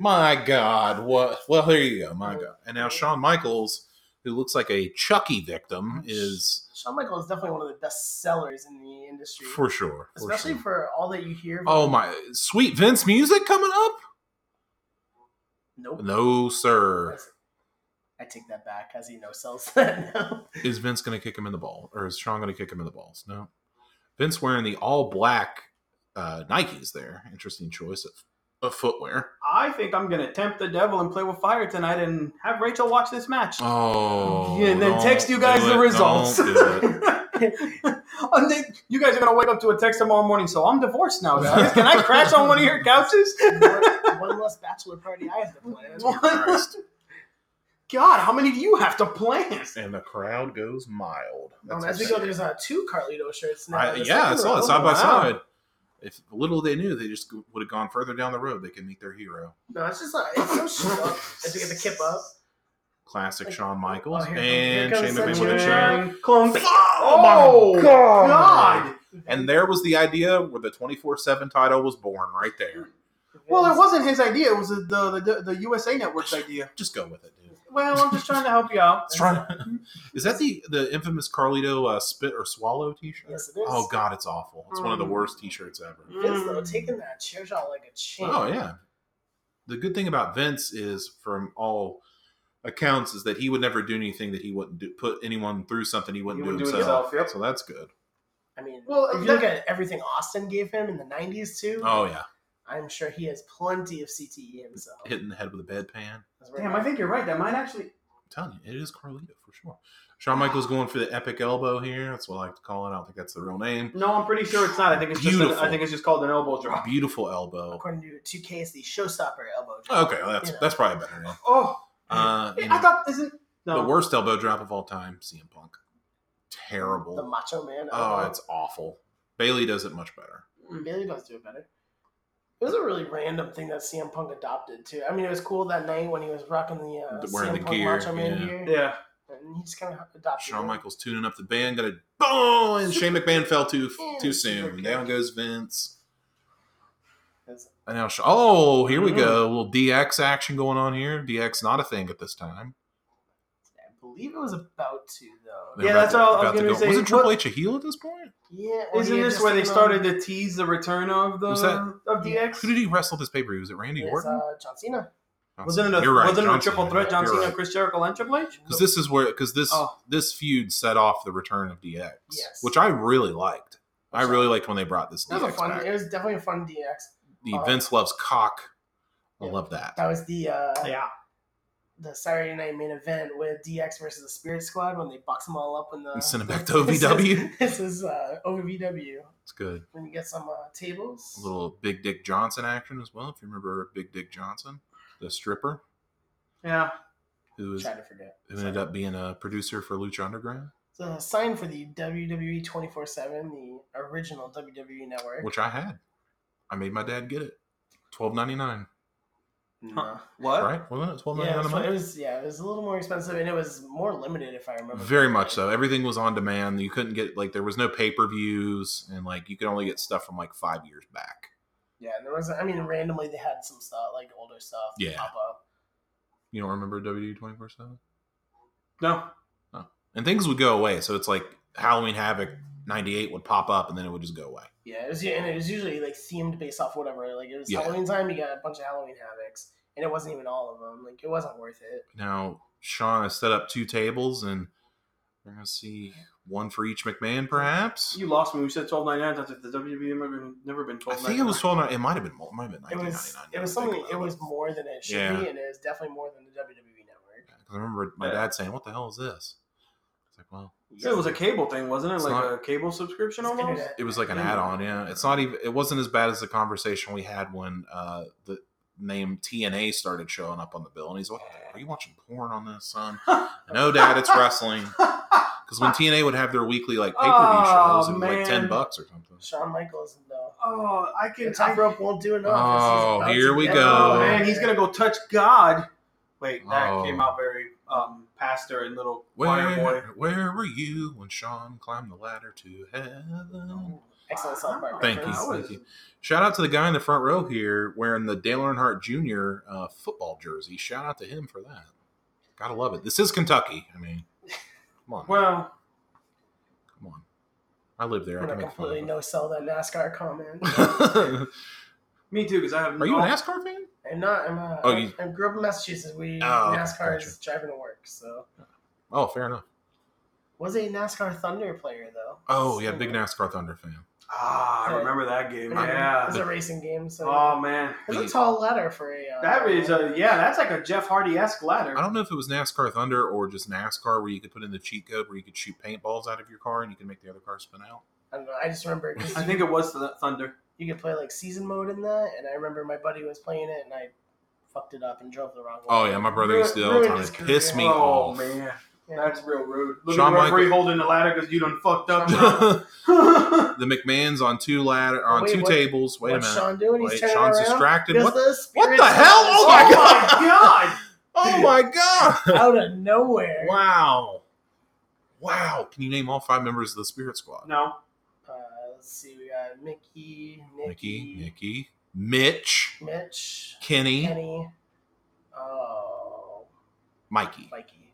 A: my God, what? Well, there you go, my God. And now Shawn Michaels, who looks like a Chucky victim, is
C: Shawn Michaels is definitely one of the best sellers in the industry,
A: for sure. for
C: especially
A: sure.
C: for all that you hear.
A: oh my, sweet Vince music coming up?
C: nope.
A: No, sir.
C: I take that back, as he no sells that now.
A: Is Vince going to kick him in the ball, or is Shawn going to kick him in the balls? No. Vince wearing the all black uh, Nikes there. Interesting choice of, of footwear.
B: I think I'm gonna tempt the devil and play with fire tonight, and have Rachel watch this match.
A: Oh,
B: Yeah, and then
A: don't
B: text you guys
A: do
B: the
A: it.
B: results.
A: Don't do it.
B: Oh. And then you guys are gonna wake up to a text tomorrow morning. So I'm divorced now, guys. Can I crash on one of your couches?
C: one, one less bachelor party I have to plan.
A: Christ.
B: God, how many do you have to plan?
A: and the crowd goes mild.
C: Um,
A: That's
C: as we
A: insane.
C: go, there's uh, two Carlito shirts now.
A: I,
C: That's
A: yeah,
C: like,
A: I saw it
C: oh,
A: side by
B: wow.
A: side. If little they knew, they just would have gone further down the road. They could meet their hero.
C: No, it's just like it's so stuck. As we get the kip up,
A: Classic
C: Like,
A: Shawn Michaels
C: oh, here comes- here
A: and
C: comes
A: Shane McMahon
C: Sanjay.
A: with a chair.
B: Clunk.
A: Oh, my
B: God.
A: And there was the idea where the twenty four seven title was born right there.
B: Well, it wasn't his idea. It was the the, the, the USA Network's idea.
A: Just go with it, dude.
B: Well, I'm just trying to help you out.
A: Let's try. Is that the the infamous Carlito uh, spit or swallow T shirt?
C: Yes, it is.
A: Oh God, it's awful. It's one of the
B: Mm.
A: worst T shirts ever.
C: Vince though
B: Mm.
C: taking that chair shot like a champ.
A: Oh yeah. The good thing about Vince is, from all accounts, is that he would never do anything that he wouldn't do, put anyone through something he wouldn't
B: He
A: do
B: wouldn't do it
A: himself.
B: himself, yep.
A: So that's good.
C: I mean,
B: Well,
C: if you
B: that-
C: look at everything Austin gave him in the '90s too,
A: Oh yeah,
C: I'm sure he has plenty of CTE himself.
A: hitting the head with a bedpan. I'm
C: That's where-
B: Damn, I think you're right. That might actually.
A: telling you, it is Carlito for sure. Shawn Michaels going for the epic elbow here. That's what I like to call it. I don't think that's the real name.
B: No, I'm pretty sure it's not. I think it's just. An,
A: Beautiful.
B: I think it's just called an elbow drop.
A: Beautiful elbow.
C: according to 2K, it's the showstopper elbow. drop.
A: Oh, Okay, well, that's
C: Yeah.
A: that's probably a better name.
B: Oh,
A: Uh,
B: Hey,
A: and
B: I thought isn't no
A: The worst elbow drop of all time, CM Punk.
C: The
A: Terrible.
C: Macho Man.
A: Oh,
C: elbow.
A: it's awful. Bailey does it much better.
C: Bailey does do it better. It was a really random thing that CM Punk adopted too. I mean, it was cool that night when he was rocking the uh,
A: The- wearing
C: CM
A: the
C: Punk
A: gear,
C: Macho Man
A: yeah.
C: gear,
B: Yeah,
C: and he just kind of adopted.
A: Shawn
C: it.
A: Michaels tuning up the band, got a boom, and Shane McMahon fell too too soon. Down goes Vince.
C: That's-
A: And now, Sha- oh, here we
B: Mm.
A: go, a little DX action going on here. DX not a thing at this time.
C: I believe it was about to though.
A: They're
B: Yeah,
A: about
B: that's
A: to-
B: what I was
A: about to
B: gonna
A: go-
B: say.
A: Wasn't Triple H a heel at this point?
C: Yeah. or
B: isn't
C: he had
B: this
C: just um,
B: where they
C: came
B: started
C: on-
B: to tease the return of the
A: Was that-
B: of DX?
A: Who did he wrestle this pay per view? Was it Randy
C: It's,
A: Orton?
C: uh, John Cena.
A: John
B: Wasn't it
A: Cena.
B: a,
A: You're right,
B: wasn't it a
A: John
B: triple
A: Cena.
B: threat? John
A: You're
B: Cena,
A: right.
B: Chris Jericho, and Triple H.
A: Because this is where because this
B: Oh.
A: this feud set off the return of DX,
C: Yes.
A: which I really liked. I really liked when they brought this
C: That was a
A: DX
C: fun.
A: back.
C: It was definitely a fun DX.
A: The
C: uh,
A: Vince loves cock. I
C: yeah.
A: love that.
C: That was the uh,
B: Yeah,
C: the Saturday night main event with DX versus the Spirit Squad when they box them all up in the.
A: And send it back to OVW.
C: This is uh, OVW.
A: It's good.
C: When you get some uh, tables.
A: a little Big Dick Johnson action as well. If you remember Big Dick Johnson, the stripper
B: yeah.
A: who was
C: Try to forget.
A: who ended up being a producer for Lucha Underground,
C: So sign for the WWE 24 7, the original WWE network.
A: which I had. I made my dad get it. Twelve ninety nine,
C: No.
B: What?
A: right? Wasn't it twelve ninety
C: Oh. Yeah, it
A: nine a
C: was, it
A: month?
C: was yeah, it was a little more expensive and it was more limited if I remember.
A: Very
C: correctly.
A: much so. Everything was on demand. You couldn't get like there was no pay per views, and like you could only get stuff from like five years back.
C: Yeah, there was I mean randomly they had some stuff like older stuff
A: Yeah.
C: pop up.
A: You don't remember WWE twenty four seven,
B: No.
A: and things would go away. So it's like Halloween Havoc ninety eight would pop up, and then it would just go away.
C: Yeah, it was and it was usually like themed based off whatever. Like it was
A: Yeah.
C: Halloween time, you got a bunch of Halloween havocs, and it wasn't even all of them. Like it wasn't worth it.
A: Now Sean has set up two tables, and we're gonna see one for each McMahon, perhaps.
B: You lost me. We said twelve ninety nine times. If the WWE never never been
A: I
B: twelve ninety
A: think
B: nine.
A: it was twelve. It might have been more. It might have been
C: It
A: nineteen ninety
C: was
A: nine.
C: it was something it was more than it should
A: Yeah.
C: be, and it was definitely more than the WWE network.
A: because I remember my
B: Yeah.
A: dad saying, "What the hell is this?" It's like, well,
B: It was a cable thing, wasn't it?
A: It's
B: like
A: not-
B: a cable subscription
C: It's
B: almost.
C: internet.
A: It was like an add-on, yeah. It's not even. It wasn't as bad as the conversation we had when uh, the name TNA started showing up on the bill, and he's like, "Are you watching porn on this, son?" no, Dad, it's wrestling. Because when TNA would have their weekly like pay-per-view
B: Oh,
A: shows, it was like
B: man.
A: ten bucks or something.
C: Shawn Michaels though.
B: Oh, I can.
C: The top
B: I-
C: rope won't do enough.
A: Oh,
C: It's- it's about
A: here
C: to
A: we
C: get-
A: go.
B: Oh man, he's gonna go touch God. Wait, that
A: Oh.
B: came out very um, pastor and little choir boy.
A: Where, where were you when Sean climbed the ladder to heaven?
B: Oh.
C: Excellent song. Barbara.
A: Thank you.
B: That was-
A: Thank you. Shout out to the guy in the front row here wearing the Dale Earnhardt Jr. Uh, football jersey. Shout out to him for that. Gotta love it. This is Kentucky. I mean, come on,
B: Well,
A: come on. I live there.
C: I'm
A: I can
C: gonna
A: make
C: completely
A: fun.
C: no sell that NASCAR comment.
A: Of it.
B: me too, because I have.
A: Are you
B: no-
A: a NASCAR fan?
C: I'm not. I'm. Uh,
A: Oh, you-
C: I grew up in Massachusetts. We
A: Oh, okay,
C: NASCAR
A: gotcha.
C: is driving to work. So
A: Oh, fair enough.
C: was a NASCAR Thunder player though.
A: Oh yeah, big
C: NASCAR.
A: NASCAR Thunder fan.
B: Ah, I remember that game.
C: Yeah, it was
B: Yeah.
C: a racing game. So
B: Oh man,
C: it was a tall letter for a. Uh,
B: that is a yeah. That's like a Jeff Hardy esque ladder.
A: I don't know if it was NASCAR Thunder or just NASCAR where you could put in the cheat code where you could shoot paintballs out of your car and you can make the other car spin out.
C: I don't know. I just remember 'cause
B: I
C: you-
B: think it was the Thunder.
C: you could play like season mode in that, and I remember my buddy was playing it, and I fucked it up and drove the wrong way.
A: Oh yeah, my brother used to do that all the
C: Ruined
A: time.
C: his
A: It
C: career.
A: pissed me
B: oh
A: off.
B: man,
C: Yeah.
B: that's real rude. Look
A: Shawn
B: at the referee
A: Michaels-
B: holding the ladder because you done fucked up. Oh,
A: the
B: Sean.
A: McMahon's on two ladder on
C: Wait,
A: two
C: what-
A: tables. Wait a
C: What's
A: minute.
C: Sean doing? He's
A: Wait,
C: turning
A: Sean's
C: around.
A: distracted.
C: Does
A: What?
C: the
A: what
C: spirit
A: the hell?
C: sense-
A: Oh
B: oh
A: my
B: my god!
A: Oh my god!
C: Out of nowhere.
A: wow, wow! Can you name all five members of the Spirit Squad?
B: No,
C: Uh, let's see. We got Mickey,
A: Mickey,
C: Nicky,
A: Mickey, Mitch,
C: Mitch,
A: Kenny,
C: Kenny. Oh,
A: Mikey,
C: Mikey.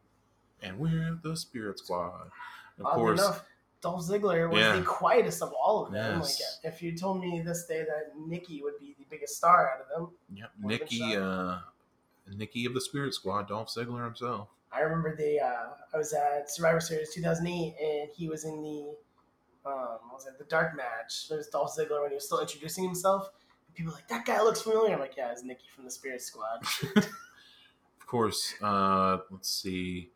A: and we're the Spirit Squad. Of
C: Oddly
A: course,
C: enough, Dolph Ziggler was
A: Yeah.
C: the quietest of all of them.
A: Yes.
C: Like, if you told me this day that Nikki would be the biggest star out of them,
A: yep,
C: One good
A: Nikki,
C: shot.
A: uh, Nikki of the Spirit Squad, Dolph Ziggler himself.
C: I remember the uh, I was at Survivor Series 2008, and he was in the um, what was it the dark match? There was Dolph Ziggler when he was still introducing himself. And people were like that guy looks familiar. I'm like, yeah, it's Nikki from the Spirit Squad.
A: Of course, uh, let's see.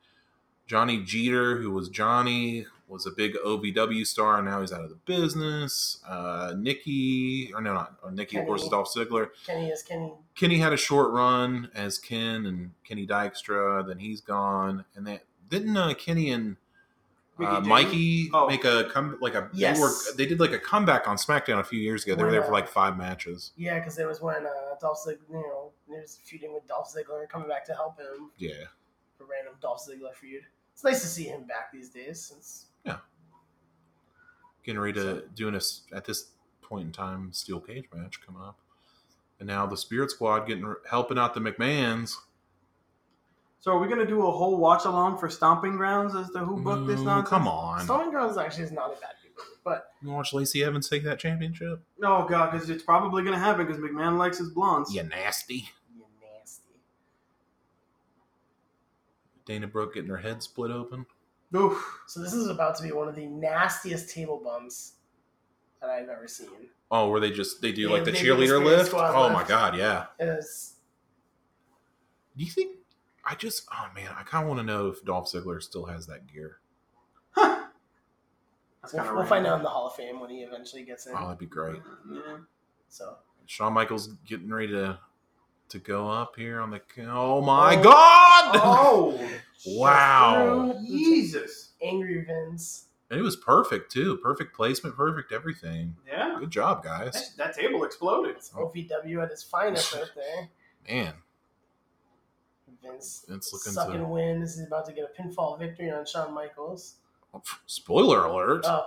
A: Johnny Jeter, who was Johnny, was a big OVW star, and now he's out of the business. Uh, Nikki, or no, not or Nikki, of course, is
C: Kenny.
A: Dolph Ziggler.
C: Kenny is Kenny.
A: Kenny had a short run as Ken and Kenny Dykstra. Then he's gone, and that didn't uh, Kenny and
B: Mickey
A: uh,
B: James?
A: Mikey
B: Oh.
A: make a come like a
C: Yes.
A: they, were, they did like a comeback on SmackDown a few years ago. They were
C: Why
A: there for
C: not?
A: like five matches.
C: Yeah, because it was when uh, Dolph Ziggler, you know, he was feuding with Dolph Ziggler, coming back to help him
A: Yeah,
C: for random Dolph Ziggler feud. It's nice to see him back these days. Since
A: getting ready to doing us at this point in time steel cage match coming up, and now the Spirit Squad getting helping out the McMahon's.
B: So are we gonna do a whole watch along for Stomping Grounds as to who booked this
A: No,
B: nonsense?
A: come on,
C: Stolen Grounds actually is not a bad feud, but
A: you watch Lacey Evans take that championship.
B: Oh god, because it's probably gonna happen because McMahon likes his blondes.
A: You nasty.
C: you nasty.
A: Dana Brooke getting her head split open.
B: Oof.
C: So this is about to be one of the nastiest table bumps that I've ever seen.
A: Oh, where they just they do
C: Yeah,
A: like the
C: they do the
A: cheerleader
C: Spirit
A: lift?
C: Squad
A: Oh
C: lift.
A: my god, yeah.
C: It was
A: Do you think I just oh man, I kinda wanna know if Dolph Ziggler still has that gear.
B: That's
C: we'll,
B: kinda
C: we'll
B: random.
C: find out in the Hall of Fame when he eventually gets in.
A: Oh, that'd be great.
B: Yeah.
C: So
A: Shawn Michaels getting ready to to go up here on the ca- Oh my
C: Oh.
A: god!
B: Oh
A: Wow.
C: Just through the
B: Jesus.
C: t- Angry Vince.
A: And it was perfect too. Perfect placement, perfect everything.
B: Yeah.
A: Good job, guys.
B: That, that table exploded.
C: It's OVW at his finest right there.
A: Man,
C: Vince
A: it's looking
C: sucking
A: to
C: wins. He's about to get a pinfall victory on Shawn Michaels.
A: oh, pff, spoiler alert.
C: Oh,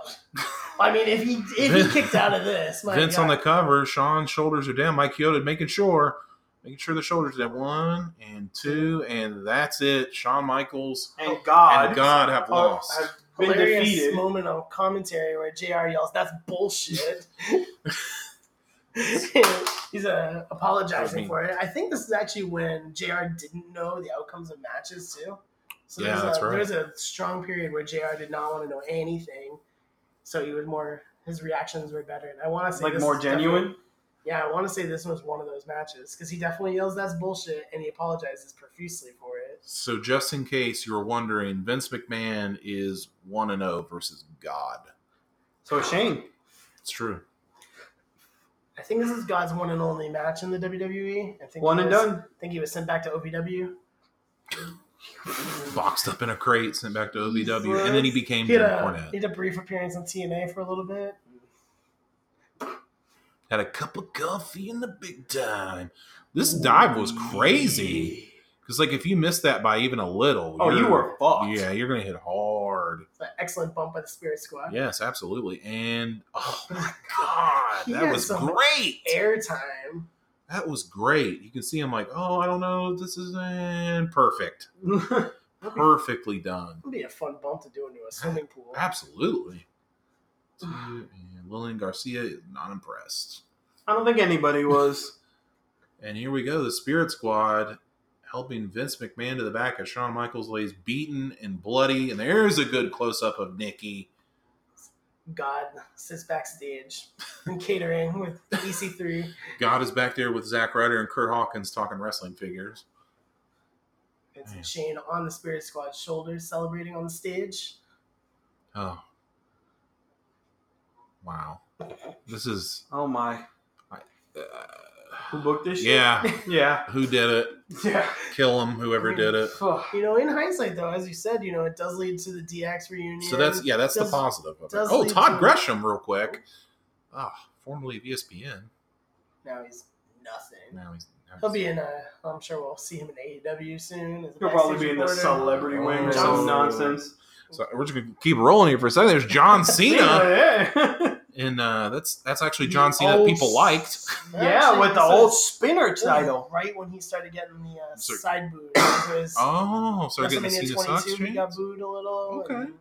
C: I mean, if he if he kicked out of this, my
A: Vince
C: God.
A: on the cover, Sean's shoulders are down. Mike Yoda making sure, making sure the shoulders are down. One and two, and that's it. Shawn Michaels
B: And God,
A: Oh. and God have
B: oh,
A: lost.
B: have been
C: hilarious
B: defeated.
C: moment on commentary where JR yells, "That's bullshit." He's uh, apologizing
A: I mean-
C: for it. I think this is actually when JR didn't know the outcomes of matches too. So
A: Yeah,
C: there's
A: that's
C: a,
A: right.
C: There was a strong period where JR did not want to know anything, so he was more. His reactions were better, and I want to say
B: Like
C: this
B: more
C: is definitely-
B: genuine.
C: Yeah, I want to say this was one of those matches because he definitely yells, "That's bullshit," and he apologizes profusely for it.
A: So just in case you were wondering, Vince McMahon is one and zero versus God.
B: So it's Shane.
A: It's true.
C: I think this is God's one and only match in the WWE. I think
B: One
C: he
B: and
C: was-
B: done.
C: I think he was sent back to OVW.
A: Boxed up in a crate, sent back to OVW, and then he became
C: He had,
A: Jim
C: a, he
A: Cornette.
C: had a brief appearance on TNA for a little bit.
A: Had a cup of coffee in the big time. This dive was crazy. Because like if you missed that by even a little,
B: Oh, you
A: you're-
B: were fucked.
A: Yeah, you're gonna hit hard.
C: It's an excellent bump by the Spirit Squad.
A: Yes, absolutely. And oh my god,
C: He
A: that
C: had
A: was
C: some
A: great.
C: Airtime.
A: That was great. You can see him like, oh, I don't know, this is eh, perfect, perfectly done.
C: Would be a fun bump to do into a swimming pool.
A: Ah. Absolutely. Two, And Lillian Garcia is not impressed.
B: I don't think anybody was.
A: And here we go, the Spirit Squad helping Vince McMahon to the back as Shawn Michaels lays beaten and bloody. And there's a good close up of Nikki.
C: God sits backstage and catering with E EC3.
A: God is back there with Zack Ryder and Kurt Hawkins talking wrestling figures.
C: It's
A: Man.
C: Shane on the Spirit Squad's shoulders, celebrating on the stage.
A: Oh. Wow. This is.
B: Oh my.
A: Uh,
B: Who booked this? shit?
A: yeah.
B: Yeah.
A: Who did it?
B: Yeah.
A: Kill him, whoever did it.
B: Fuck.
C: You know, in hindsight, though, as you said, you know, it does lead to the DX reunion.
A: So that's yeah, that's the
C: Does-
A: positive of it.
C: does
A: Oh,
C: lead
A: Todd
C: to-
A: Gresham, real quick. Ah, formerly of ESPN.
C: Now he's nothing.
A: Now he's now
C: He'll be in a. I'm sure we'll see him in AEW soon. as a
B: He'll probably
C: backstage
B: be in the
C: reporter.
B: celebrity wing or
C: Oh.
B: some nonsense.
A: So we're just gonna keep rolling here for a second. There's John Cena,
B: Yeah.
A: and uh, that's that's actually
B: The
A: John Cena that
B: old
A: people liked.
B: yeah, with the
C: Oh, Actually,
B: old
C: so-
B: spinner
C: This is
B: title.
C: Right when he started getting the uh,
A: Sir-
C: side boo. It was
A: Oh, so we're getting the
C: WrestleMania
A: Cena socks
C: 22, he
A: changed?
C: got booed a little.
A: Okay.
C: and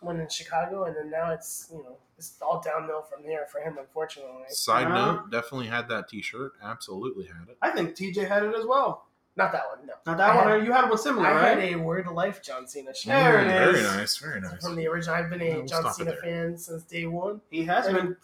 C: One in Chicago, and then now it's you know it's all downhill from there for him, unfortunately.
A: Side
B: Uh-huh.
A: note: definitely had that T-shirt. Absolutely had it.
B: I think TJ had it as well.
C: Not that one, no.
B: Now that
C: I
B: one, you had one similar,
C: I had
B: right?
C: a word of life John Cena shirt.
B: There it
A: Mm, very
B: is.
A: nice. Very nice.
C: From the original, I've been a
A: Yeah, we'll
C: John
A: stop it
C: Cena
A: there.
C: fan since day one.
B: He has
C: And-
B: been.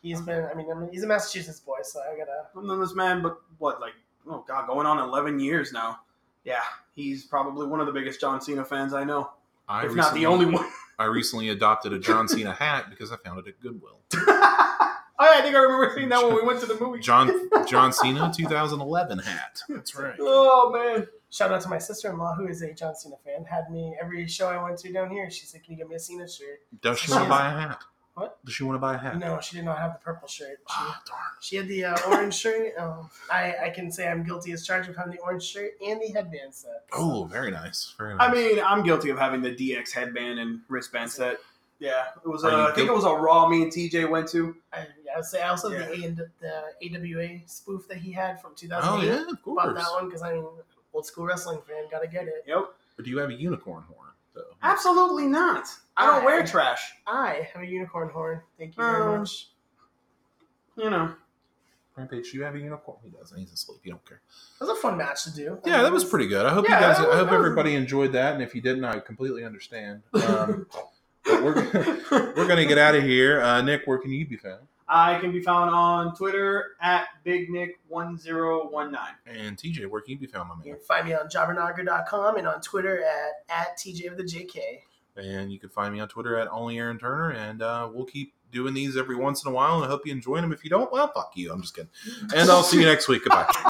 C: He's
A: Uh-huh.
C: been, I mean, I mean, he's a Massachusetts boy, so I gotta.
B: I've known this man, but what, like, oh god, going on eleven years now. Yeah, he's probably one of the biggest John Cena fans I know,
A: I
B: if not the only one.
A: I recently adopted a John Cena hat because I found it at Goodwill.
B: oh, yeah, I think I remember seeing that when we went to the movie.
A: John John Cena 2011 hat. That's right.
B: Oh man,
C: Shout out to my sister in law, who is a John Cena fan, had me every show I went to down here. She said, Can you get me a Cena shirt?
A: Does she want to buy a hat?
C: What?
A: Does she want to buy a hat?
C: No, she did not have the purple shirt. She,
A: Ah, darn.
C: she had the uh, orange shirt. Um, I, I can say I'm guilty as charged of having the orange shirt and the headband set.
A: Oh, very nice. Very nice.
B: I mean, I'm guilty of having the DX headband and wristband set. Yeah, it was.
A: Are
B: Uh,
A: you
B: I think
A: guil-
B: it was a Raw. Me and TJ went to.
C: I, I would say I also have the, A and, the AWA spoof that he had from 2008.
A: oh yeah, of
C: Bought
A: course.
C: that one because I mean, old school wrestling fan, gotta get it.
B: Yep.
A: But do you have a unicorn horn though?
B: Absolutely not. I don't wear
C: Why?
B: trash.
C: I have a unicorn horn. Thank you very
B: Um,
C: much.
B: You know.
A: Rampage, do you have a unicorn? He doesn't. He's asleep. You don't care.
C: It was a fun match to do. Um,
A: Yeah, that was pretty good. I hope
B: Yeah,
A: you guys.
B: that was-
A: I hope
B: that was-
A: everybody enjoyed that. And if you didn't, I completely understand. Um, but we're we're gonna get out of here. Uh, Nick, where can you be found?
B: I can be found on Twitter at BigNick1019.
A: And TJ, where can you be found, my
C: You
A: man?
C: can find me on jobbernagar.com and on Twitter at, at TJ of the JK.
A: And you can find me on Twitter at only Aaron Turner. And uh, we'll keep doing these every once in a while. And I hope you enjoy them. If you don't, well, fuck you. I'm just kidding. And I'll see you next week. Goodbye.